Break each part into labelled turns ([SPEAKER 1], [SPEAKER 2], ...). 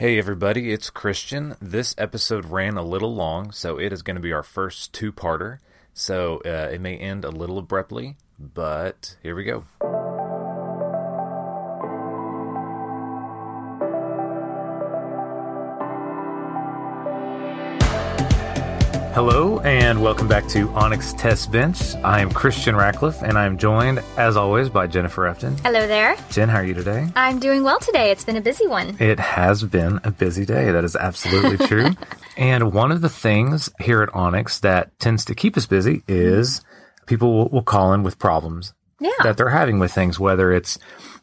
[SPEAKER 1] Hey everybody, it's Christian. This episode ran a little long, so it is going to be our first two parter. So uh, it may end a little abruptly, but here we go. Hello, and welcome back to Onyx Test Bench. I am Christian Ratcliffe, and I'm joined, as always, by Jennifer Efton.
[SPEAKER 2] Hello there.
[SPEAKER 1] Jen, how are you today?
[SPEAKER 2] I'm doing well today. It's been a busy one.
[SPEAKER 1] It has been a busy day. That is absolutely true. and one of the things here at Onyx that tends to keep us busy is people will, will call in with problems
[SPEAKER 2] Yeah.
[SPEAKER 1] that they're having with things, whether it's,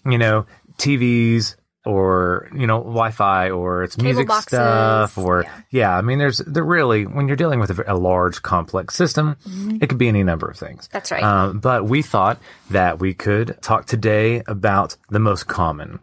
[SPEAKER 1] you know, TVs or, you know, Wi Fi or it's music
[SPEAKER 2] boxes.
[SPEAKER 1] stuff or,
[SPEAKER 2] Yeah.
[SPEAKER 1] yeah. I mean, there's, there really, when you're dealing with a, v- a large complex system, it could be any number of things.
[SPEAKER 2] Mm-hmm. That's right.
[SPEAKER 1] Um, but we thought that we could talk today about the most common.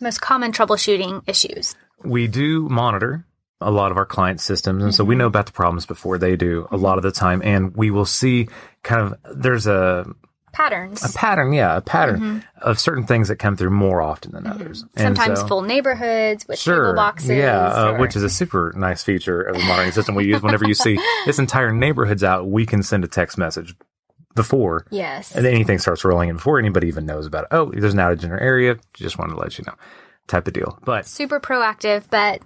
[SPEAKER 2] Most common troubleshooting issues.
[SPEAKER 1] we do monitor a lot of our client systems and so
[SPEAKER 2] Mm-hmm.
[SPEAKER 1] we know about the problems before they do a lot of the time and we will see kind of there's a
[SPEAKER 2] Patterns.
[SPEAKER 1] pattern yeah a pattern
[SPEAKER 2] Mm-hmm.
[SPEAKER 1] of certain things that come through more often than others And
[SPEAKER 2] Sometimes
[SPEAKER 1] so-
[SPEAKER 2] full neighborhoods with
[SPEAKER 1] sure
[SPEAKER 2] cable boxes.
[SPEAKER 1] yeah uh,
[SPEAKER 2] or-
[SPEAKER 1] which is a super nice feature of the monitoring system we use whenever you see this entire neighborhood's out we can send a text message before
[SPEAKER 2] Yes.
[SPEAKER 1] and anything starts rolling in before anybody even knows about it oh there's an outage in our area just wanted to let you know type of deal but
[SPEAKER 2] Super proactive, but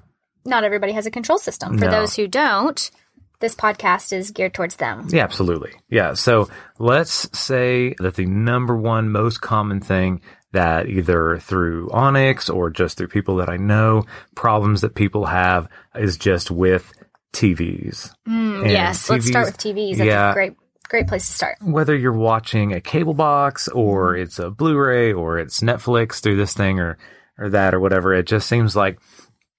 [SPEAKER 2] not everybody has a control system. For
[SPEAKER 1] No.
[SPEAKER 2] those who don't, this podcast is geared towards them.
[SPEAKER 1] Yeah, absolutely. Yeah. So let's say that the number one most common thing that either through Onyx or just through people that I know, problems that people have is just with TVs. And
[SPEAKER 2] Mm, yes. Let's
[SPEAKER 1] TVs
[SPEAKER 2] start with TVs. That's
[SPEAKER 1] yeah.
[SPEAKER 2] a great great place to start.
[SPEAKER 1] Whether you're watching a cable box or it's a Blu-ray or it's Netflix through this thing or or that or whatever, it just seems like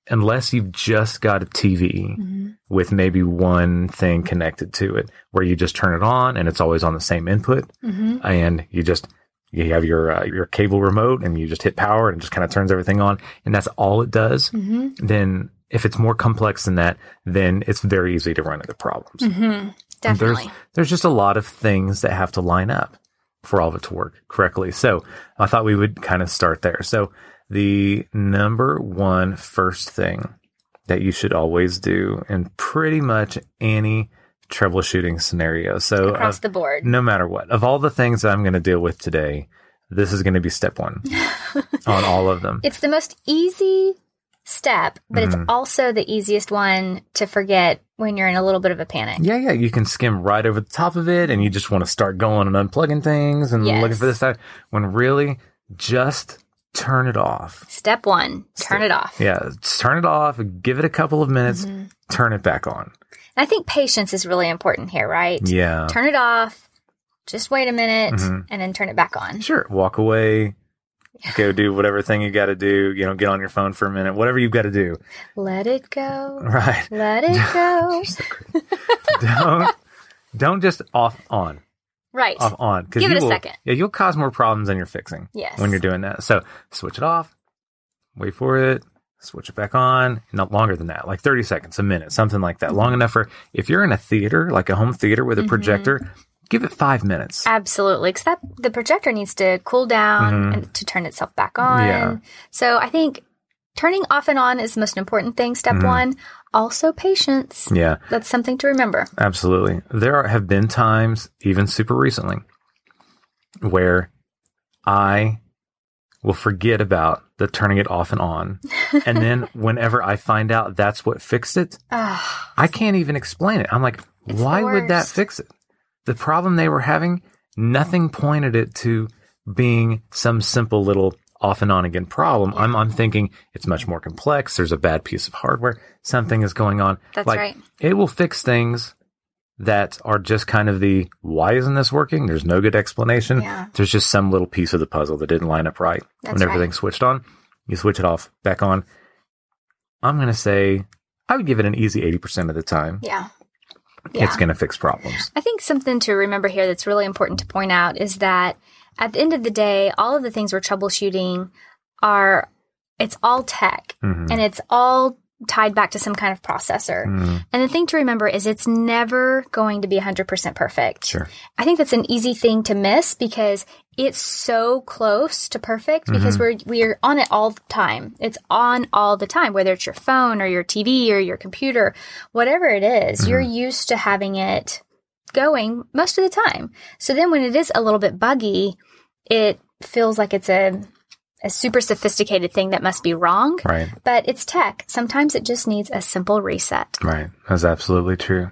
[SPEAKER 1] unless you've just got a TV with maybe one thing connected to it where you just turn it on and it's always on the same input and you just you have your uh, your cable remote and you just hit power and it just kind of turns everything on and that's all it does then if it's more complex than that then it's very easy to run into problems
[SPEAKER 2] Definitely.
[SPEAKER 1] there's there's just a lot of things that have to line up for all of it to work correctly. So I thought we would kind of start there. So the number one first thing that you should always do in pretty much any troubleshooting scenario. So
[SPEAKER 2] Across
[SPEAKER 1] of-
[SPEAKER 2] the board.
[SPEAKER 1] no matter what, of all the things that I'm going to deal with today, this is going to be step one on all of them.
[SPEAKER 2] It's the most easy step, but
[SPEAKER 1] Mm.
[SPEAKER 2] it's also the easiest one to forget when you're in a little bit of a panic.
[SPEAKER 1] Yeah, yeah, you can skim right over the top of it, and you just want to start going and unplugging things and
[SPEAKER 2] Yes.
[SPEAKER 1] looking for this that. When really, just turn it off.
[SPEAKER 2] Step one, turn it off.
[SPEAKER 1] Yeah, just turn it off. Give it a couple of minutes.
[SPEAKER 2] Mm-hmm.
[SPEAKER 1] Turn it back on.
[SPEAKER 2] I think patience is really important here, right?
[SPEAKER 1] Yeah, Mm-hmm.
[SPEAKER 2] Turn it off, just wait a minute, and then turn it back on.
[SPEAKER 1] sure. Walk away. Go do whatever thing you got to do. You know, get on your phone for a minute. Whatever you've got to do.
[SPEAKER 2] Let it go.
[SPEAKER 1] Right.
[SPEAKER 2] Let it go.
[SPEAKER 1] don't don't just off on.
[SPEAKER 2] right.
[SPEAKER 1] off on. 'cause
[SPEAKER 2] Give
[SPEAKER 1] you
[SPEAKER 2] it a
[SPEAKER 1] will-
[SPEAKER 2] second.
[SPEAKER 1] Yeah, you'll cause more problems than you're fixing.
[SPEAKER 2] Yes.
[SPEAKER 1] When you're doing that. So switch it off, wait for it, switch it back on. Not longer than that, like 30 seconds, a minute, something like that.
[SPEAKER 2] Mm-hmm.
[SPEAKER 1] Long enough for if you're in a theater, like a home theater with a projector, give it five minutes.
[SPEAKER 2] Absolutely, because that the projector needs to cool down and to turn itself back on.
[SPEAKER 1] Mm-hmm. Yeah.
[SPEAKER 2] So I think turning off and on is the most important thing. Step
[SPEAKER 1] Mm-hmm.
[SPEAKER 2] one. Also, patience.
[SPEAKER 1] Yeah,
[SPEAKER 2] That's something to remember.
[SPEAKER 1] absolutely. There are, have been times, even super recently, where I will forget about the turning it off and on. and then whenever I find out that's what fixed it,
[SPEAKER 2] Ah,
[SPEAKER 1] I can't even explain it. I'm like,
[SPEAKER 2] It's
[SPEAKER 1] why
[SPEAKER 2] the
[SPEAKER 1] would that
[SPEAKER 2] worst.
[SPEAKER 1] fix it? The problem they were having, nothing pointed it to being some simple little off and on again problem. I'm, I'm thinking it's much more complex. There's a bad piece of hardware. Something is going on.
[SPEAKER 2] That's
[SPEAKER 1] like,
[SPEAKER 2] right.
[SPEAKER 1] It will fix things that are just kind of the why isn't this working? There's no good explanation.
[SPEAKER 2] Yeah.
[SPEAKER 1] There's just some little piece of the puzzle that didn't line up right.
[SPEAKER 2] That's
[SPEAKER 1] when
[SPEAKER 2] right.
[SPEAKER 1] everything's switched on, you switch it off, back on. I'm going to say I would give it an easy 80% of the time.
[SPEAKER 2] yeah. Yeah.
[SPEAKER 1] It's going to fix problems.
[SPEAKER 2] I think something to remember here that's really important to point out is that at the end of the day, all of the things we're troubleshooting are it's all tech and it's all tied back to some kind of processor.
[SPEAKER 1] Mm,
[SPEAKER 2] And the thing to remember is it's never going to be 100% perfect.
[SPEAKER 1] sure.
[SPEAKER 2] I think that's an easy thing to miss because it's so close to perfect because we're
[SPEAKER 1] Mm-hmm.
[SPEAKER 2] we're on it all the time. It's on all the time, whether it's your phone or your TV or your computer, whatever it is, you're
[SPEAKER 1] Mm-hmm.
[SPEAKER 2] used to having it going most of the time. So then when it is a little bit buggy, it feels like it's a a super sophisticated thing that must be wrong.
[SPEAKER 1] Right.
[SPEAKER 2] But it's tech. Sometimes it just needs a simple reset.
[SPEAKER 1] Right. That's absolutely true.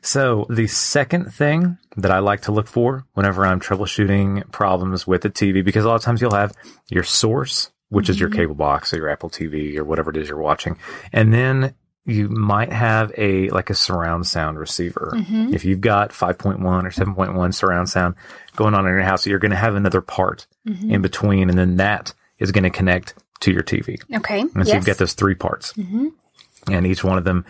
[SPEAKER 1] So the second thing that I like to look for whenever I'm troubleshooting problems with a TV, because a lot of times you'll have your source, which is your cable box or your Apple TV or whatever it is you're watching. And then you might have a like a surround sound receiver. If you've got 5.1 or 7.1 surround sound going on in your house, you're going to have another part in between. And then that is going to connect to your TV.
[SPEAKER 2] Okay.
[SPEAKER 1] And so
[SPEAKER 2] yes. Mm-hmm.
[SPEAKER 1] you've got those three parts. And each one of them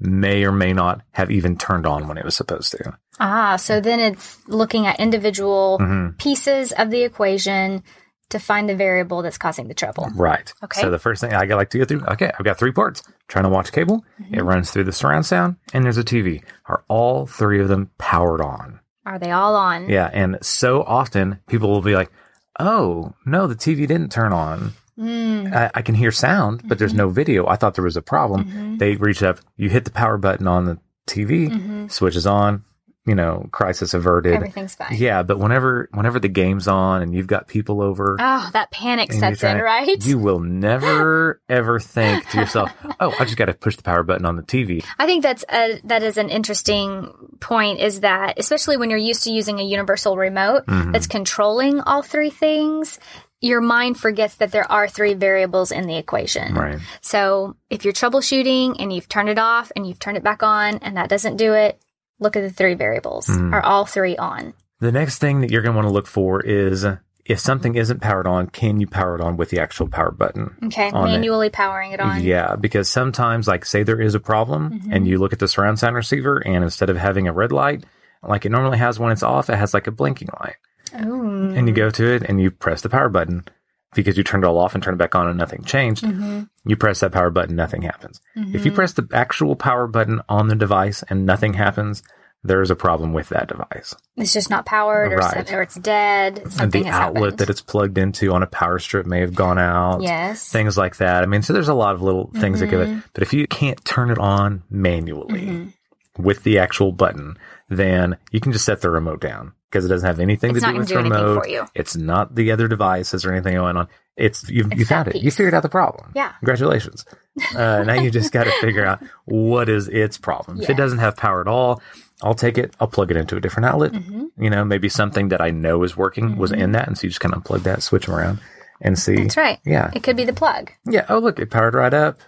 [SPEAKER 1] may or may not have even turned on when it was supposed to.
[SPEAKER 2] Ah, so then it's looking at individual
[SPEAKER 1] Mm-hmm.
[SPEAKER 2] pieces of the equation to find the variable that's causing the trouble.
[SPEAKER 1] Right.
[SPEAKER 2] Okay.
[SPEAKER 1] So the first thing I like to go through, okay, I've got three parts. Trying to watch cable,
[SPEAKER 2] Mm-hmm.
[SPEAKER 1] it runs through the surround sound, and there's a TV. Are all three of them powered on?
[SPEAKER 2] Are they all on?
[SPEAKER 1] Yeah. And so often people will be like, oh, no, the TV didn't turn on.
[SPEAKER 2] Mm.
[SPEAKER 1] I, I can hear sound, but there's
[SPEAKER 2] Mm-hmm.
[SPEAKER 1] no video. I thought there was a problem. They reach up, you hit the power button on the TV,
[SPEAKER 2] Mm-hmm.
[SPEAKER 1] switches on, you know, crisis averted.
[SPEAKER 2] Everything's fine.
[SPEAKER 1] Yeah, but whenever whenever the game's on and you've got people over,
[SPEAKER 2] Oh, that panic
[SPEAKER 1] and you're
[SPEAKER 2] sets in,
[SPEAKER 1] trying-
[SPEAKER 2] right?
[SPEAKER 1] You will never ever think to yourself, "Oh, I just got to push the power button on the TV."
[SPEAKER 2] I think that's a, that is an interesting point is that especially when you're used to using a universal remote
[SPEAKER 1] Mm-hmm.
[SPEAKER 2] that's controlling all three things, your mind forgets that there are three variables in the equation.
[SPEAKER 1] Right.
[SPEAKER 2] So if you're troubleshooting and you've turned it off and you've turned it back on and that doesn't do it, look at the three variables.
[SPEAKER 1] Hmm.
[SPEAKER 2] Are all three on?
[SPEAKER 1] The next thing that you're going to want to look for is if something isn't powered on, can you power it on with the actual power button?
[SPEAKER 2] Okay.
[SPEAKER 1] On it.
[SPEAKER 2] Manually powering it on.
[SPEAKER 1] Yeah, because sometimes, like, say there is a problem and you look at the surround sound receiver, and instead of having a red light, like it normally has when it's off, it has like a blinking light.
[SPEAKER 2] Ooh.
[SPEAKER 1] And you go to it and you press the power button because you turned it all off and turned it back on and nothing changed. You press that power button, nothing happens. If you press the actual power button on the device and nothing happens, there's a problem with that device.
[SPEAKER 2] It's just not powered or,
[SPEAKER 1] Right.
[SPEAKER 2] something, or it's dead.
[SPEAKER 1] And
[SPEAKER 2] Something
[SPEAKER 1] the
[SPEAKER 2] has
[SPEAKER 1] outlet
[SPEAKER 2] happened.
[SPEAKER 1] that it's plugged into on a power strip may have gone out.
[SPEAKER 2] yes. Mm-hmm.
[SPEAKER 1] things like that. I mean, so there's a lot of little things that give it. But if you can't turn it on manually
[SPEAKER 2] Mm-hmm.
[SPEAKER 1] with the actual button, then you can just set the remote down because it doesn't have anything
[SPEAKER 2] It's
[SPEAKER 1] to
[SPEAKER 2] not
[SPEAKER 1] do with the
[SPEAKER 2] gonna do anything
[SPEAKER 1] remote.
[SPEAKER 2] for you.
[SPEAKER 1] It's not the other devices or anything going on. It's you you
[SPEAKER 2] It's
[SPEAKER 1] found
[SPEAKER 2] that
[SPEAKER 1] it. You
[SPEAKER 2] piece.
[SPEAKER 1] figured out the problem.
[SPEAKER 2] Yeah.
[SPEAKER 1] Congratulations. Uh, now you just got to figure out what is its problem. If it
[SPEAKER 2] Yes.
[SPEAKER 1] doesn't have power at all, I'll take it. I'll plug it into a different outlet.
[SPEAKER 2] Mm-hmm.
[SPEAKER 1] You know, maybe something that I know is working was in that, and so you just kind of unplug that, switch them around, and see.
[SPEAKER 2] That's right.
[SPEAKER 1] Yeah.
[SPEAKER 2] It could be the plug.
[SPEAKER 1] Yeah. Oh, look, it powered right up.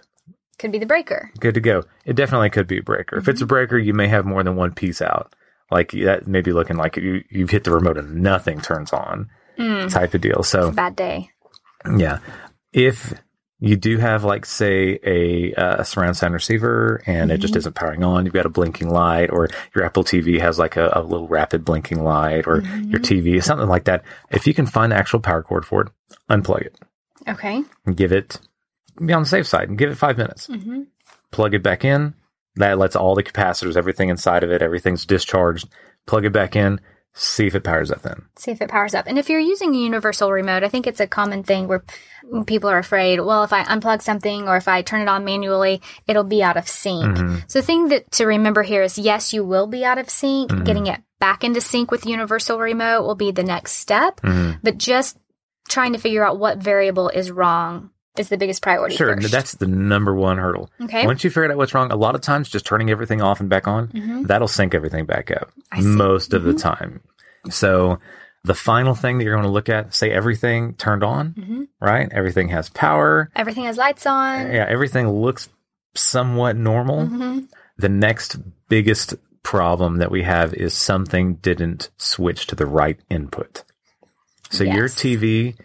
[SPEAKER 2] Could be the breaker.
[SPEAKER 1] Good to go. It definitely could be a breaker. If
[SPEAKER 2] Mm-hmm.
[SPEAKER 1] it's a breaker, you may have more than one piece out. Like that may be looking like you you hit the remote and nothing turns on
[SPEAKER 2] Mm.
[SPEAKER 1] type of deal. So
[SPEAKER 2] Bad day.
[SPEAKER 1] yeah, if you do have like say a, uh, a surround sound receiver and it just isn't powering on, you've got a blinking light, or your Apple TV has like a, a little rapid blinking light, or your TV something like that. If you can find the actual power cord for it, unplug it
[SPEAKER 2] Okay.
[SPEAKER 1] and give it be on the safe side and give it five minutes.
[SPEAKER 2] Mhm.
[SPEAKER 1] Plug it back in. That lets all the capacitors, everything inside of it, everything's discharged. Plug it back in. See if it powers up. Then
[SPEAKER 2] See if it powers up. And if you're using a universal remote, I think it's a common thing where p- people are afraid, well, if I unplug something or if I turn it on manually, it'll be out of sync.
[SPEAKER 1] Mm-hmm.
[SPEAKER 2] So the thing that to remember here is yes, you will be out of sync.
[SPEAKER 1] Mm-hmm.
[SPEAKER 2] Getting it back into sync with universal remote will be the next step,
[SPEAKER 1] Mm-hmm.
[SPEAKER 2] but just trying to figure out what variable is wrong is the biggest priority
[SPEAKER 1] sure,
[SPEAKER 2] first.
[SPEAKER 1] that's the number one hurdle.
[SPEAKER 2] Okay.
[SPEAKER 1] Once you figure out what's wrong, a lot of times just turning everything off and back on that'll sync everything back up
[SPEAKER 2] Mm-hmm. see. Mm-hmm.
[SPEAKER 1] most of the time. So the final thing that you're going to look at, say everything turned on,
[SPEAKER 2] Mm-hmm.
[SPEAKER 1] right? Everything has power.
[SPEAKER 2] Everything has lights on.
[SPEAKER 1] yeah, everything looks somewhat normal.
[SPEAKER 2] Mm-hmm.
[SPEAKER 1] The next biggest problem that we have is something didn't switch to the right input. So your
[SPEAKER 2] Yes.
[SPEAKER 1] TV,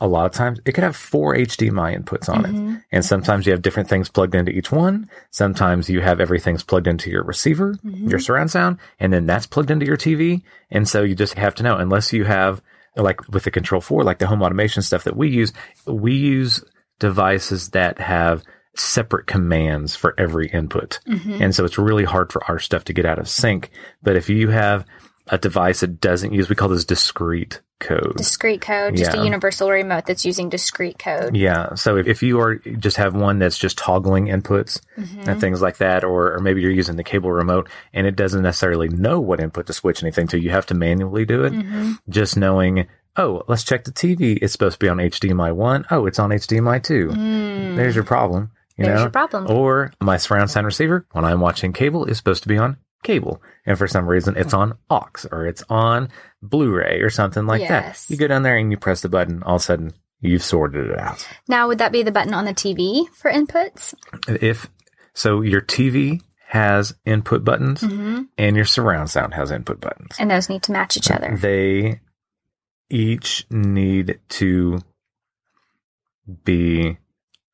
[SPEAKER 1] a lot of times, it could have four HDMI inputs on
[SPEAKER 2] Mm-hmm.
[SPEAKER 1] it. Mm-hmm. And sometimes you have different things plugged into each one. Sometimes you have everything's plugged into your receiver, your surround sound, and then that's plugged into your TV. And so you just have to know, unless you have, like with the Control 4, like the home automation stuff that we use, we use devices that have separate commands for every input.
[SPEAKER 2] Mhm.
[SPEAKER 1] And so it's really hard for our stuff to get out of sync. But if you have a device that doesn't use, we call this discrete code.
[SPEAKER 2] Discrete code, just
[SPEAKER 1] Yeah.
[SPEAKER 2] a universal remote that's using discrete code.
[SPEAKER 1] yeah. So if, if you are just have one that's just toggling inputs
[SPEAKER 2] Mm-hmm.
[SPEAKER 1] and things like that, or, or maybe you're using the cable remote and it doesn't necessarily know what input to switch anything to, you have to manually do it.
[SPEAKER 2] Mm-hmm.
[SPEAKER 1] Just knowing, oh, let's check the TV. It's supposed to be on HDMI one. Oh, it's on HDMI two. There's your problem. You
[SPEAKER 2] Mm. There's
[SPEAKER 1] know?
[SPEAKER 2] your problem.
[SPEAKER 1] Or my surround sound receiver, when I'm watching cable, is supposed to be on cable. And for some reason, it's on aux or it's on Blu ray or something like
[SPEAKER 2] Yes.
[SPEAKER 1] that. You go down there and you press the button, all of a sudden, you've sorted it out.
[SPEAKER 2] Now, would that be the button on the TV for inputs?
[SPEAKER 1] If so, your TV has input buttons
[SPEAKER 2] Mm-hmm.
[SPEAKER 1] and your surround sound has input buttons.
[SPEAKER 2] And those need to match each other.
[SPEAKER 1] They each need to be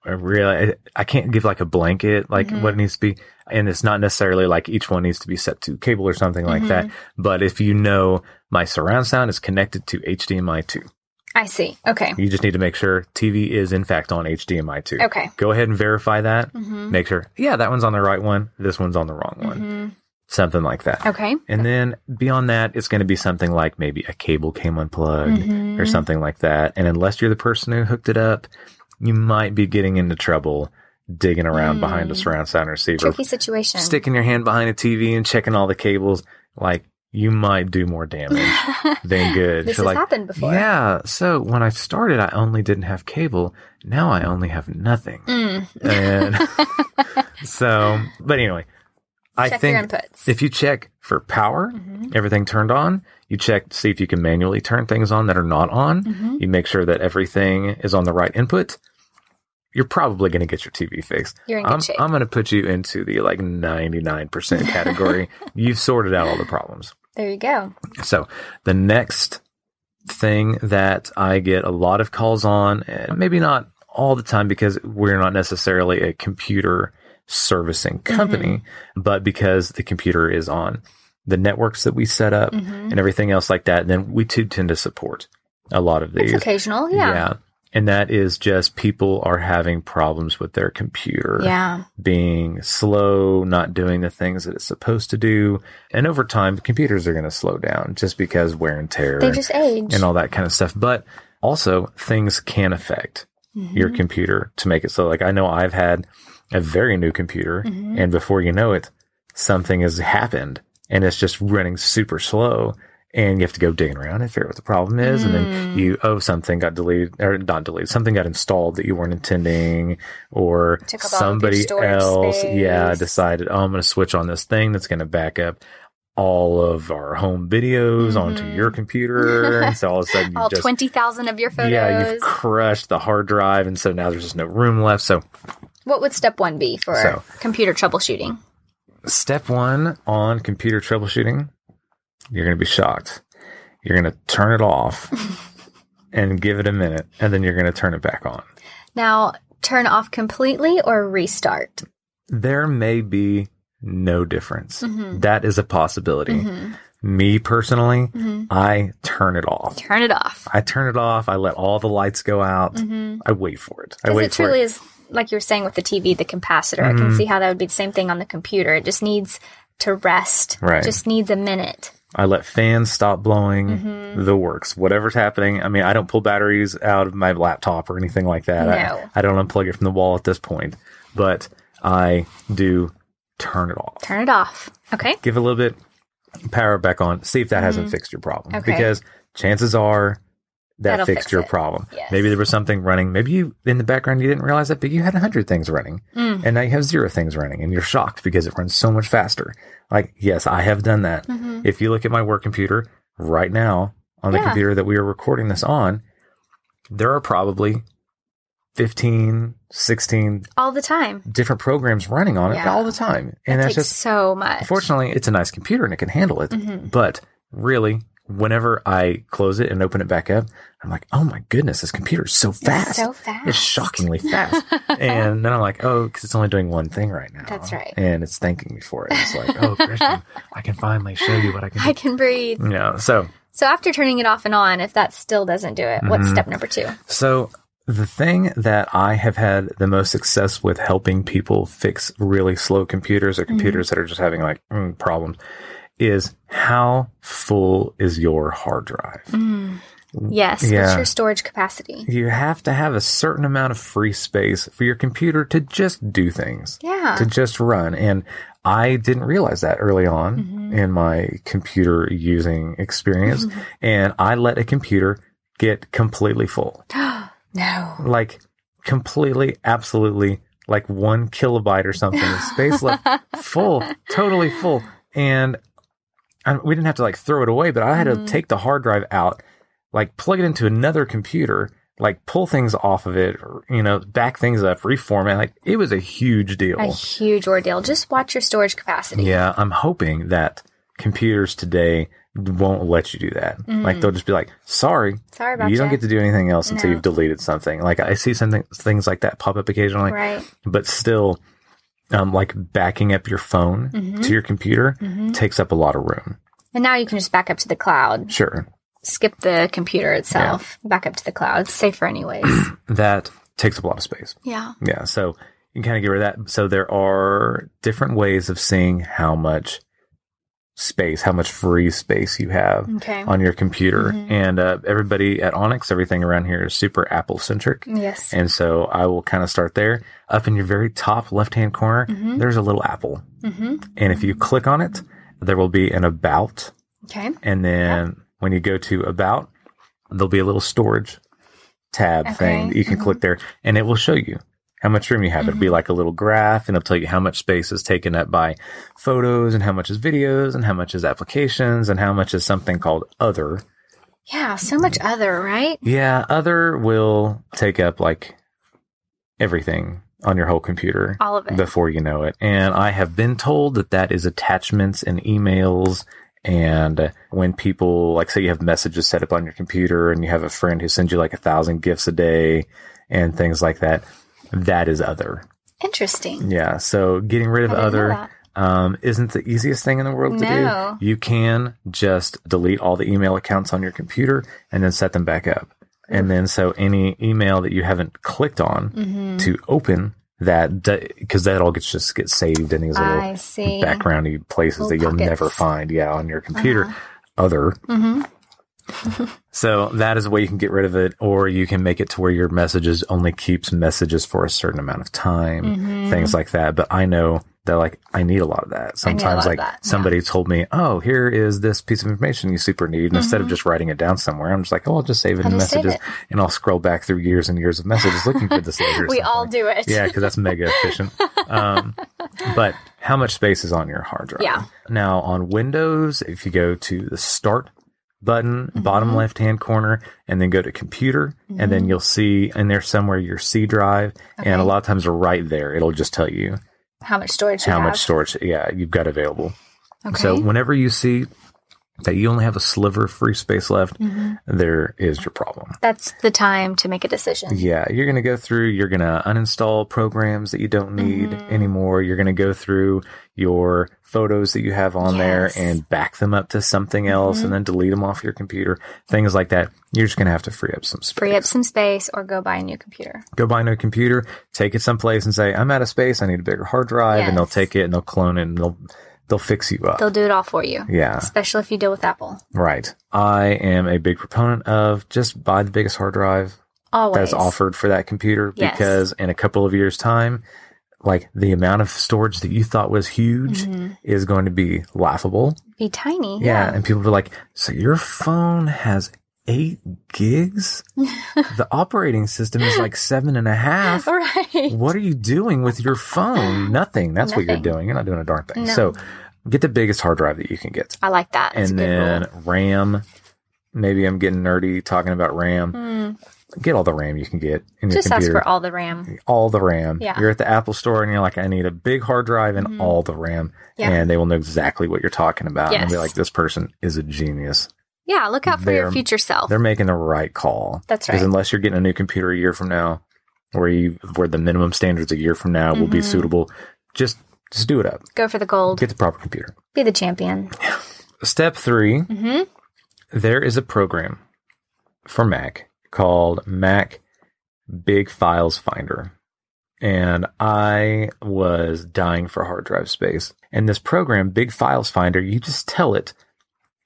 [SPEAKER 1] I really I can't give like a blanket like
[SPEAKER 2] Mhm.
[SPEAKER 1] what it needs to be and it's not necessarily like each one needs to be set to cable or something like that
[SPEAKER 2] Mm-hmm.
[SPEAKER 1] but if you know my surround sound is connected to HDMI 2
[SPEAKER 2] I see. Okay.
[SPEAKER 1] you just need to make sure TV is in fact on HDMI 2
[SPEAKER 2] Okay.
[SPEAKER 1] go ahead and verify that
[SPEAKER 2] Mm-hmm.
[SPEAKER 1] make sure yeah that one's on the right one this one's on the wrong one
[SPEAKER 2] hmm
[SPEAKER 1] something like that
[SPEAKER 2] Okay.
[SPEAKER 1] and then beyond that, it's going to be something like maybe a cable came unplugged
[SPEAKER 2] Mhm.
[SPEAKER 1] or something like that. And unless you're the person who hooked it up, you might be getting into trouble digging around behind a surround sound receiver,
[SPEAKER 2] Mm. Tricky situation.
[SPEAKER 1] sticking your hand behind a TV and checking all the cables. Like you might do more damage than good.
[SPEAKER 2] this
[SPEAKER 1] So,
[SPEAKER 2] has
[SPEAKER 1] like,
[SPEAKER 2] happened before.
[SPEAKER 1] Yeah. So when I started, I only didn't have cable. Now I only have nothing.
[SPEAKER 2] Mm.
[SPEAKER 1] And so, but anyway, I
[SPEAKER 2] Check
[SPEAKER 1] think
[SPEAKER 2] your inputs.
[SPEAKER 1] if you check for power,
[SPEAKER 2] Mm-hmm.
[SPEAKER 1] everything turned on, you check to see if you can manually turn things on that are not on.
[SPEAKER 2] Mm-hmm.
[SPEAKER 1] You make sure that everything is on the right input. You're probably going to get your TV fixed.
[SPEAKER 2] You're in good
[SPEAKER 1] I'm,
[SPEAKER 2] shape.
[SPEAKER 1] I'm going to put you into the like 99% category. You've sorted out all the problems.
[SPEAKER 2] there you go.
[SPEAKER 1] So the next thing that I get a lot of calls on, and maybe not all the time because we're not necessarily a computer servicing
[SPEAKER 2] Mm-hmm.
[SPEAKER 1] company, but because the computer is on the networks that we set up
[SPEAKER 2] Mhm.
[SPEAKER 1] and everything else like that, then we too tend to support a lot of
[SPEAKER 2] It's
[SPEAKER 1] these.
[SPEAKER 2] occasional. Yeah.
[SPEAKER 1] And that is just people are having problems with their computer
[SPEAKER 2] Yeah.
[SPEAKER 1] being slow, not doing the things that it's supposed to do. And over time, computers are going to slow down just because wear and tear
[SPEAKER 2] They
[SPEAKER 1] and,
[SPEAKER 2] just age.
[SPEAKER 1] and all that kind of stuff. But also, things can affect
[SPEAKER 2] Mm-hmm.
[SPEAKER 1] your computer to make it so. Like, I know I've had a very new computer,
[SPEAKER 2] Mm-hmm.
[SPEAKER 1] and before you know it, something has happened and it's just running super slow. And you have to go digging around and figure out what the problem is. And
[SPEAKER 2] Mm.
[SPEAKER 1] then you, oh, something got deleted or not deleted, something got installed that you weren't intending, or
[SPEAKER 2] Took up all of your
[SPEAKER 1] somebody
[SPEAKER 2] storage
[SPEAKER 1] else, yeah,
[SPEAKER 2] space.
[SPEAKER 1] decided, oh, I'm going to switch on this thing that's going to back up all of our home videos onto your computer. and so all of a sudden you
[SPEAKER 2] Mm-hmm. all
[SPEAKER 1] just,
[SPEAKER 2] 20,000 of your photos.
[SPEAKER 1] yeah, you've crushed the hard drive. And so now there's just no room left. So
[SPEAKER 2] what would step one be for
[SPEAKER 1] So-
[SPEAKER 2] computer troubleshooting?
[SPEAKER 1] step one on computer troubleshooting, you're going to be shocked. You're going to turn it off and give it a minute, and then you're going to turn it back on.
[SPEAKER 2] Now, turn off completely or restart?
[SPEAKER 1] There may be no difference.
[SPEAKER 2] Mm-hmm.
[SPEAKER 1] That is a possibility. Me personally,
[SPEAKER 2] Mm-hmm.
[SPEAKER 1] I turn it off.
[SPEAKER 2] Turn it off.
[SPEAKER 1] I turn it off. I let all the lights go out. I wait for it. I
[SPEAKER 2] Because
[SPEAKER 1] wait
[SPEAKER 2] it
[SPEAKER 1] for
[SPEAKER 2] truly
[SPEAKER 1] it.
[SPEAKER 2] Mm-hmm.
[SPEAKER 1] Mm-hmm.
[SPEAKER 2] is like you were saying with the TV, the capacitor. I can see how that would be the same thing on the computer. It just needs to rest.
[SPEAKER 1] Right.
[SPEAKER 2] Just needs a minute.
[SPEAKER 1] I let fans stop blowing.
[SPEAKER 2] Mm-hmm.
[SPEAKER 1] The works. Whatever's happening. I mean, I don't pull batteries out of my laptop or anything like that.
[SPEAKER 2] No.
[SPEAKER 1] I, I don't unplug it from the wall at this point, but I do turn it off.
[SPEAKER 2] Turn it off. Okay.
[SPEAKER 1] Give it a little bit, power it back on. See if that hasn't fixed your problem.
[SPEAKER 2] Mm-hmm. Okay.
[SPEAKER 1] Because chances are that
[SPEAKER 2] That'll
[SPEAKER 1] fixed
[SPEAKER 2] fix
[SPEAKER 1] your
[SPEAKER 2] it.
[SPEAKER 1] problem.
[SPEAKER 2] Yes.
[SPEAKER 1] Maybe there was something running. Maybe you in the background you didn't realize that, but you had hundred things running,
[SPEAKER 2] Mm.
[SPEAKER 1] and now you have zero things running, and you're shocked because it runs so much faster. Like, yes, I have done that. If you look at my work computer right now on the
[SPEAKER 2] Mm-hmm. Yeah.
[SPEAKER 1] computer that we are recording this on, there are probably 15, 16
[SPEAKER 2] All the time.
[SPEAKER 1] different programs running on it
[SPEAKER 2] Yeah.
[SPEAKER 1] all the time, and that's
[SPEAKER 2] takes
[SPEAKER 1] just
[SPEAKER 2] so much.
[SPEAKER 1] Fortunately, it's a nice computer and it can handle it.
[SPEAKER 2] Mm-hmm.
[SPEAKER 1] But really, whenever I close it and open it back up, I'm like, oh my goodness, this computer is so fast.
[SPEAKER 2] so fast.
[SPEAKER 1] It's shockingly fast. and then I'm like, oh, because it's only doing one thing right now.
[SPEAKER 2] That's right.
[SPEAKER 1] And it's thanking me for it. It's like, oh, Christian, I can finally show you what I can
[SPEAKER 2] I
[SPEAKER 1] do.
[SPEAKER 2] can breathe.
[SPEAKER 1] Yeah. So, Mm-hmm.
[SPEAKER 2] So after turning it off and on, if that still doesn't do it, what's step number two?
[SPEAKER 1] so the thing that I have had the most success with helping people fix really slow computers or computers that are just having like mm, problems is how full is your hard drive?
[SPEAKER 2] Yes. What's
[SPEAKER 1] Yeah.
[SPEAKER 2] your storage capacity?
[SPEAKER 1] You have to have a certain amount of free space for your computer to just do things,
[SPEAKER 2] Yeah.
[SPEAKER 1] to just run. And I didn't realize that early on in my computer using experience.
[SPEAKER 2] Mm-hmm.
[SPEAKER 1] And I let a computer get completely full.
[SPEAKER 2] no.
[SPEAKER 1] like completely, absolutely, like one kilobyte or something of space left, full, totally full. And I, we didn't have to like throw it away, but I had to take the hard drive out, like plug it into another computer, like pull things off of it, or, you know, back things up, reformat. Like it was a huge deal.
[SPEAKER 2] A huge ordeal. Just watch your storage capacity.
[SPEAKER 1] Yeah, I'm hoping that computers today won't let you do that. Like they'll just be like, "Sorry,
[SPEAKER 2] Sorry about
[SPEAKER 1] you don't
[SPEAKER 2] ya."
[SPEAKER 1] get to do anything else until
[SPEAKER 2] No.
[SPEAKER 1] you've deleted something." Like I see something things like that pop up occasionally,
[SPEAKER 2] Right.
[SPEAKER 1] but still, um, like backing up your phone
[SPEAKER 2] Mm-hmm.
[SPEAKER 1] to your computer takes up a lot of room.
[SPEAKER 2] And now you can just back up to the cloud.
[SPEAKER 1] Sure,
[SPEAKER 2] Skip the computer itself. Back up to the cloud. It's safer anyways.
[SPEAKER 1] that takes up a lot of space.
[SPEAKER 2] yeah.
[SPEAKER 1] Yeah, so you can kind of get rid of that. So there are different ways of seeing how much space, how much free space you have
[SPEAKER 2] Okay.
[SPEAKER 1] on your computer.
[SPEAKER 2] Mm-hmm.
[SPEAKER 1] And uh, everybody at Onyx, everything around here is super Apple centric.
[SPEAKER 2] Yes.
[SPEAKER 1] And so I will kind of start there. Up in your very top left hand corner, there's a little apple.
[SPEAKER 2] Mm-hmm.
[SPEAKER 1] And if you click on it, there will be an about.
[SPEAKER 2] Okay.
[SPEAKER 1] And then when you go to about, there'll be a little storage tab
[SPEAKER 2] Okay.
[SPEAKER 1] thing that you can click there and it will show you how much room you have. It'll be like a little graph and it'll tell you how much space is taken up by photos and how much is videos and how much is applications and how much is something called other.
[SPEAKER 2] Yeah. So much other, right?
[SPEAKER 1] Yeah, other will take up like everything on your whole computer
[SPEAKER 2] All of it.
[SPEAKER 1] before you know it. And I have been told that that is attachments and emails. And when people, like, say you have messages set up on your computer and you have a friend who sends you like a thousand gifts a day and things like that, that is other.
[SPEAKER 2] Interesting.
[SPEAKER 1] Yeah. So getting rid of
[SPEAKER 2] I didn't know
[SPEAKER 1] other
[SPEAKER 2] that.
[SPEAKER 1] um, isn't the easiest thing in the world
[SPEAKER 2] No.
[SPEAKER 1] to do. You can just delete all the email accounts on your computer and then set them back up. And then so any email that you haven't clicked on
[SPEAKER 2] Mm-hmm.
[SPEAKER 1] to open that because that all gets just gets saved in these
[SPEAKER 2] I
[SPEAKER 1] little
[SPEAKER 2] see.
[SPEAKER 1] backgroundy places
[SPEAKER 2] Little Uh-huh.
[SPEAKER 1] that you'll
[SPEAKER 2] pockets.
[SPEAKER 1] never find yeah on your computer other
[SPEAKER 2] Mm-hmm.
[SPEAKER 1] so that is a way you can get rid of it or you can make it to where your messages only keeps messages for a certain amount of time things like that but i know that like i need a lot of that
[SPEAKER 2] Mm-hmm. need a
[SPEAKER 1] sometimes
[SPEAKER 2] lot of
[SPEAKER 1] like
[SPEAKER 2] that, yeah.
[SPEAKER 1] somebody told me oh here is this piece of information you super need and instead
[SPEAKER 2] Mm-hmm.
[SPEAKER 1] of just writing it down somewhere i'm just like oh i'll just save it in
[SPEAKER 2] just save
[SPEAKER 1] messages
[SPEAKER 2] it.
[SPEAKER 1] and i'll scroll back through years and years of messages looking for this later or
[SPEAKER 2] We all
[SPEAKER 1] something.
[SPEAKER 2] do it.
[SPEAKER 1] Yeah, because that's mega efficient. Um, but how much space is on your hard drive?
[SPEAKER 2] Yeah.
[SPEAKER 1] Now on Windows, if you go to the Start button, bottom
[SPEAKER 2] Mm-hmm.
[SPEAKER 1] left hand corner, and then go to Computer, and then you'll see in there somewhere your C drive, and
[SPEAKER 2] Okay.
[SPEAKER 1] a lot of times right there it'll just tell you
[SPEAKER 2] How much storage?
[SPEAKER 1] how
[SPEAKER 2] you
[SPEAKER 1] much
[SPEAKER 2] Have.
[SPEAKER 1] storage yeah you've got available.
[SPEAKER 2] Okay.
[SPEAKER 1] So whenever you see that you only have a sliver of free space left,
[SPEAKER 2] Mm-hmm.
[SPEAKER 1] there is your problem.
[SPEAKER 2] That's the time to make a decision.
[SPEAKER 1] Yeah, you're going to go through, you're going to uninstall programs that you don't need
[SPEAKER 2] Mm-hmm.
[SPEAKER 1] anymore. You're going to go through your photos that you have on
[SPEAKER 2] Yes. Mm-hmm.
[SPEAKER 1] there and back them up to something else and then delete them off your computer, things like that. You're just going to have to free up some space.
[SPEAKER 2] Free up some space or go buy a new computer.
[SPEAKER 1] Go buy a new computer, take it someplace and say, I'm out of space. I need a bigger hard drive. And they'll
[SPEAKER 2] Yes.
[SPEAKER 1] take it and they'll clone it and they'll, they'll fix you up.
[SPEAKER 2] They'll do it all for you.
[SPEAKER 1] yeah.
[SPEAKER 2] Especially if you deal with Apple.
[SPEAKER 1] Right. I am a big proponent of just buy the biggest hard drive
[SPEAKER 2] Always.
[SPEAKER 1] that's offered for that computer
[SPEAKER 2] Yes.
[SPEAKER 1] because in a couple of years time like the amount of storage that you thought was huge
[SPEAKER 2] Mm-hmm.
[SPEAKER 1] is going to be laughable
[SPEAKER 2] Be tiny.
[SPEAKER 1] yeah. and people were like so your phone has eight gigs the operating system is like seven and a half
[SPEAKER 2] All right.
[SPEAKER 1] what are you doing with your phone nothing that's what
[SPEAKER 2] Nothing.
[SPEAKER 1] you're doing you're not doing a darn thing
[SPEAKER 2] No.
[SPEAKER 1] so get the biggest hard drive that you can get
[SPEAKER 2] I like that. That's
[SPEAKER 1] and
[SPEAKER 2] a good
[SPEAKER 1] then
[SPEAKER 2] rule.
[SPEAKER 1] ram maybe i'm getting nerdy talking about ram get all the ram you can get in your
[SPEAKER 2] Hmm. Mm. just ask
[SPEAKER 1] computer
[SPEAKER 2] for all the RAM.
[SPEAKER 1] all the RAM.
[SPEAKER 2] Yeah. Mm-hmm.
[SPEAKER 1] You're at the Apple store and you're like, I need a big hard drive and all the RAM.
[SPEAKER 2] Yeah.
[SPEAKER 1] And they will know exactly what you're talking about. And be
[SPEAKER 2] Yes.
[SPEAKER 1] like, this person is a genius.
[SPEAKER 2] Yeah, look out for your
[SPEAKER 1] They're-
[SPEAKER 2] future self.
[SPEAKER 1] They're making the right call.
[SPEAKER 2] That's
[SPEAKER 1] Because
[SPEAKER 2] right.
[SPEAKER 1] unless you're getting a new computer a year from now, where you where the minimum standards a year from now will
[SPEAKER 2] Mm-hmm.
[SPEAKER 1] be suitable, just just do it up.
[SPEAKER 2] Go for the gold.
[SPEAKER 1] Get the proper computer.
[SPEAKER 2] Be the champion.
[SPEAKER 1] Step 3
[SPEAKER 2] Mhm.
[SPEAKER 1] there is a program for Mac called Mac Big Files Finder. And I was dying for hard drive space. And this program, Big Files Finder, you just tell it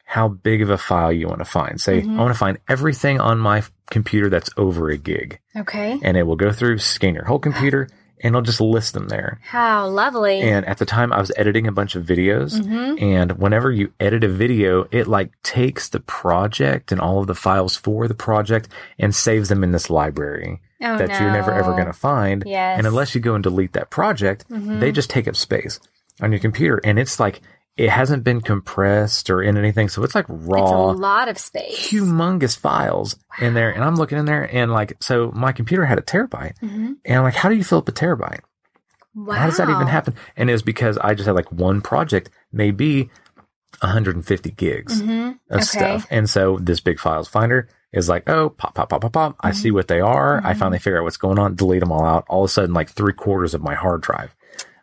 [SPEAKER 1] how big of a file you want to find. Say,
[SPEAKER 2] Mhm.
[SPEAKER 1] I want to find everything on my f- computer that's over a gig.
[SPEAKER 2] Okay.
[SPEAKER 1] And it will go through, scan your whole computer, and it'll just list them there.
[SPEAKER 2] How lovely.
[SPEAKER 1] And at the time, I was editing a bunch of videos.
[SPEAKER 2] hmm
[SPEAKER 1] And whenever you edit a video, it like takes the project and all of the files for the project and saves them in this library
[SPEAKER 2] Oh,
[SPEAKER 1] that you're never ever
[SPEAKER 2] no.
[SPEAKER 1] going to find.
[SPEAKER 2] Yes. Mm-hmm.
[SPEAKER 1] And unless you go and delete that project, they just take up space on your computer. And it's like, it hasn't been compressed or in anything. So it's like
[SPEAKER 2] It's a
[SPEAKER 1] raw,
[SPEAKER 2] lot of space.
[SPEAKER 1] humongous files in there. And I'm looking in there and like, so my computer had a terabyte.
[SPEAKER 2] Mhm.
[SPEAKER 1] And I'm like, how do you fill up a terabyte?
[SPEAKER 2] Wow.
[SPEAKER 1] How does that even happen? And it was because I just had like one project, maybe 150 gigs
[SPEAKER 2] Mhm.
[SPEAKER 1] of
[SPEAKER 2] Okay.
[SPEAKER 1] stuff. And so this big files finder is like, oh, pop, pop, pop, pop, pop. I
[SPEAKER 2] Mm-hmm.
[SPEAKER 1] see what they are. I finally figure out what's going on, delete them all out. All of a sudden, like three quarters of my hard drive,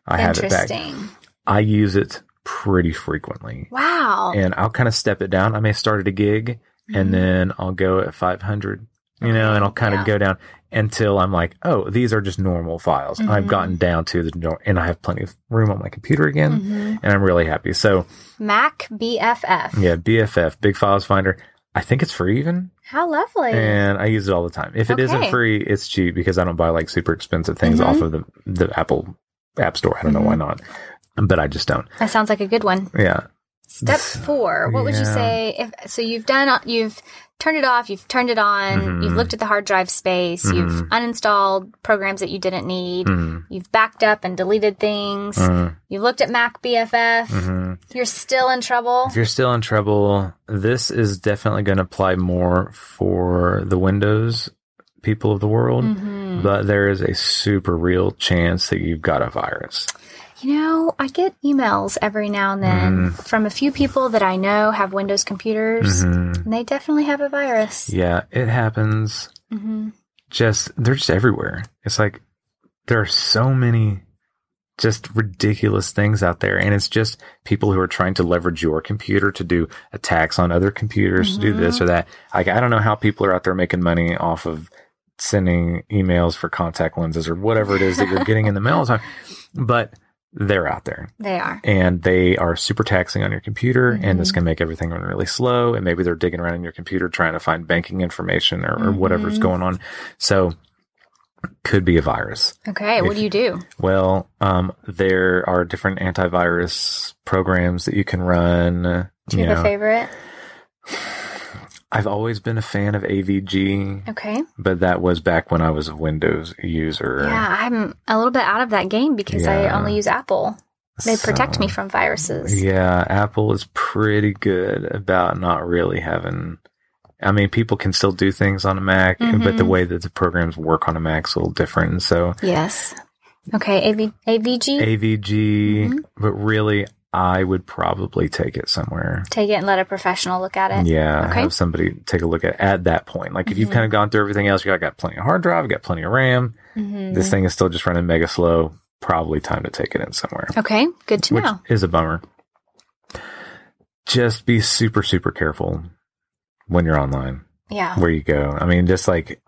[SPEAKER 1] I have it back.
[SPEAKER 2] Interesting.
[SPEAKER 1] I use it pretty frequently.
[SPEAKER 2] Wow.
[SPEAKER 1] And I'll kind of step it down. I may start at a gig and then I'll go at 500, you know, and I'll kind
[SPEAKER 2] Mm-hmm. Yeah.
[SPEAKER 1] of go down until I'm like, oh, these are just normal files.
[SPEAKER 2] Mm-hmm.
[SPEAKER 1] I've gotten down to the norm and I have plenty of room on my computer
[SPEAKER 2] Mm-hmm.
[SPEAKER 1] again. And I'm really happy. So,
[SPEAKER 2] Mac BFF.
[SPEAKER 1] yeah, BFF, Big Files Finder. I think it's free even,
[SPEAKER 2] How lovely.
[SPEAKER 1] and I use it all the time. If it not
[SPEAKER 2] Okay.
[SPEAKER 1] free, it's cheap because I don't buy like super expensive things
[SPEAKER 2] Mhm.
[SPEAKER 1] off of the, the Apple App Store. I don't know why not,
[SPEAKER 2] Mm-hmm.
[SPEAKER 1] but I just don't.
[SPEAKER 2] that sounds like a good one.
[SPEAKER 1] Yeah.
[SPEAKER 2] Step
[SPEAKER 1] This-
[SPEAKER 2] four. What would you
[SPEAKER 1] yeah.
[SPEAKER 2] say? If so, you've done. You've turned it off. You've turned it on. You've
[SPEAKER 1] Mhm.
[SPEAKER 2] looked at the hard drive space. You've
[SPEAKER 1] Mm-hmm.
[SPEAKER 2] uninstalled programs that you didn't need.
[SPEAKER 1] Mhm.
[SPEAKER 2] You've backed up and deleted things.
[SPEAKER 1] Mhm.
[SPEAKER 2] You've looked at Mac BFF.
[SPEAKER 1] Mhm.
[SPEAKER 2] You're still in trouble.
[SPEAKER 1] If you're still in trouble, this is definitely going to apply more for the Windows people of the world.
[SPEAKER 2] Mhm.
[SPEAKER 1] But there is a super real chance that you've got a virus.
[SPEAKER 2] You know, I get emails every now and then
[SPEAKER 1] Mm-hmm.
[SPEAKER 2] from a few people that I know have Windows computers,
[SPEAKER 1] Mhm.
[SPEAKER 2] and they definitely have a virus.
[SPEAKER 1] Yeah, it happens.
[SPEAKER 2] hmm
[SPEAKER 1] just they're just everywhere. It's like there are so many just ridiculous things out there and it's just people who are trying to leverage your computer to do attacks on other computers to do this or that. Like I don't know how people are out there making money off of sending emails for contact lenses or whatever it is that you're getting in the mail all the time, but they're out there
[SPEAKER 2] They are.
[SPEAKER 1] and they are super taxing on your computer and this
[SPEAKER 2] Mhm.
[SPEAKER 1] can make everything run really slow and maybe they're digging around in your computer trying to find banking information or, or whatever's
[SPEAKER 2] Mhm.
[SPEAKER 1] going on so could be a virus
[SPEAKER 2] Okay, what
[SPEAKER 1] If-
[SPEAKER 2] do you do?
[SPEAKER 1] well um, there are different antivirus programs that you can run
[SPEAKER 2] Do you
[SPEAKER 1] You
[SPEAKER 2] have a
[SPEAKER 1] know,
[SPEAKER 2] favorite?
[SPEAKER 1] i've always been a fan of avg
[SPEAKER 2] Okay.
[SPEAKER 1] but that was back when i was a windows user
[SPEAKER 2] Yeah, I'm a little bit out of that game because I
[SPEAKER 1] Yeah.
[SPEAKER 2] only use Apple. They protect
[SPEAKER 1] So-
[SPEAKER 2] me from viruses.
[SPEAKER 1] Yeah, Apple is pretty good about not really having. I mean, people can still do things on a Mac, but the
[SPEAKER 2] Mhm.
[SPEAKER 1] way that the programs work on a Mac's a little different. And so
[SPEAKER 2] Yes. Okay, AV, AVG,
[SPEAKER 1] AVG,
[SPEAKER 2] Mhm.
[SPEAKER 1] but really, I would probably take it somewhere.
[SPEAKER 2] take it and let a professional look at it.
[SPEAKER 1] Yeah,
[SPEAKER 2] Okay.
[SPEAKER 1] have somebody take a look at at that point. Like if you've
[SPEAKER 2] Mhm.
[SPEAKER 1] kind of gone through everything else, you got, got plenty of hard drive, got plenty of RAM.
[SPEAKER 2] Mhm.
[SPEAKER 1] This thing is still just running mega slow. Probably time to take it in somewhere.
[SPEAKER 2] Okay, good to
[SPEAKER 1] which
[SPEAKER 2] know.
[SPEAKER 1] is a bummer. Just be super, super careful when you're online,
[SPEAKER 2] Yeah.
[SPEAKER 1] where you go. I mean, just like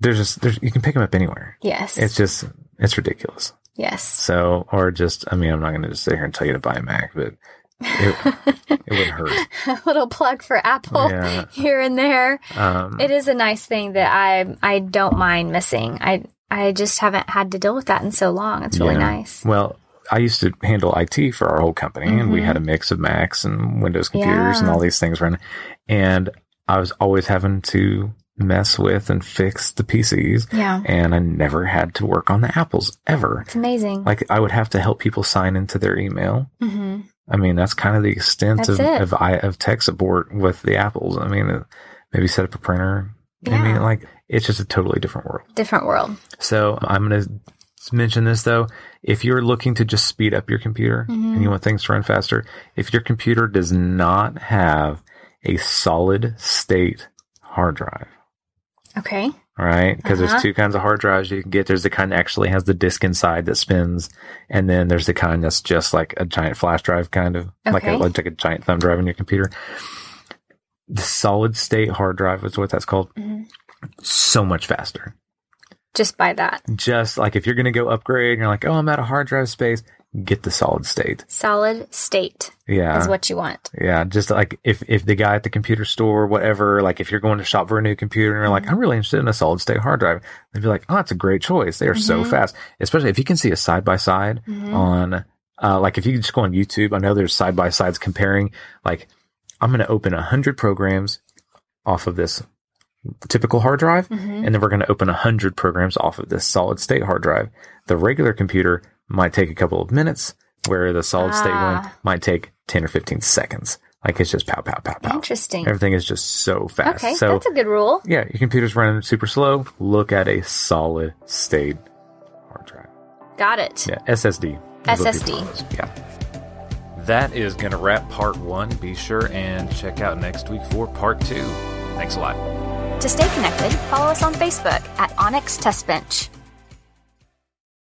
[SPEAKER 1] there's just there's, you can pick them up anywhere.
[SPEAKER 2] Yes.
[SPEAKER 1] It's just it's ridiculous.
[SPEAKER 2] yes.
[SPEAKER 1] So, or just I mean, I'm not going to just sit here and tell you to buy a Mac, but it, it would hurt.
[SPEAKER 2] a little plug for Apple
[SPEAKER 1] Yeah.
[SPEAKER 2] here and there.
[SPEAKER 1] Um,
[SPEAKER 2] Oh. It is a nice thing that I I don't mind missing. I I just haven't had to deal with that in so long. It's really
[SPEAKER 1] Yeah.
[SPEAKER 2] nice.
[SPEAKER 1] Well, I used to handle IT for our whole company, and we
[SPEAKER 2] Mhm.
[SPEAKER 1] had a mix of Macs and Windows computers and
[SPEAKER 2] Yeah.
[SPEAKER 1] all these things running. And I was always having to mess with and fix the PCs,
[SPEAKER 2] Yeah.
[SPEAKER 1] and I never had to work on the Apples ever.
[SPEAKER 2] It's amazing.
[SPEAKER 1] Like, I would have to help people sign into their email.
[SPEAKER 2] hmm
[SPEAKER 1] I mean, that's kind of the extent
[SPEAKER 2] That's
[SPEAKER 1] of,
[SPEAKER 2] it.
[SPEAKER 1] of, I, of tech support with the Apples. I mean, uh, maybe set up a printer. I
[SPEAKER 2] Yeah.
[SPEAKER 1] mean, like, it's just a totally different world.
[SPEAKER 2] Different world.
[SPEAKER 1] So I'm going to mention this though. If you're looking to just speed up your computer
[SPEAKER 2] Mhm.
[SPEAKER 1] and you want things to run faster, if your computer does not have a solid state hard drive,
[SPEAKER 2] Okay.
[SPEAKER 1] all right? Because
[SPEAKER 2] Uh-huh.
[SPEAKER 1] there's two kinds of hard drives you can get. There's the kind that actually has the disk inside that spins, and then there's the kind that's just like a giant flash drive, kind of like a
[SPEAKER 2] Okay.
[SPEAKER 1] like a giant thumb drive in your computer.
[SPEAKER 2] Mm-hmm.
[SPEAKER 1] The solid state hard drive is what that's called.
[SPEAKER 2] Mhm.
[SPEAKER 1] So much faster.
[SPEAKER 2] just by that.
[SPEAKER 1] Mm. Just like if you're going to go upgrade and you're like, oh, I'm out of hard drive space, get the solid state.
[SPEAKER 2] Solid state
[SPEAKER 1] Yeah.
[SPEAKER 2] is what you want.
[SPEAKER 1] Yeah, just like if if the guy at the computer store, whatever, like if you're going to shop for a new computer and you're like, I'm really interested in a solid state hard drive, they'd be like, oh, that's a great choice. They are so fast, especially if you can see a side by side on, uh, like if you just go on YouTube. I know there's side by sides comparing. Like, I'm going to open hundred programs off of this typical hard drive, and then we're going to open hundred programs off of this solid state hard drive. The regular computer might take a couple of minutes, where the solid state
[SPEAKER 2] Ah.
[SPEAKER 1] one might take 10 or 15 seconds. Like it's just pow, pow, pow, pow.
[SPEAKER 2] Interesting.
[SPEAKER 1] Everything is just so fast.
[SPEAKER 2] Okay,
[SPEAKER 1] so,
[SPEAKER 2] that's a good rule.
[SPEAKER 1] yeah, your computer's running super slow. Look at a solid state hard drive.
[SPEAKER 2] Got it.
[SPEAKER 1] Yeah, SSD. is what people
[SPEAKER 2] SSD.
[SPEAKER 1] call those. Yeah. That is going to wrap part one. Be sure and check out next week for part two. Thanks a lot.
[SPEAKER 2] To stay connected, follow us on Facebook at Onyx Test Bench.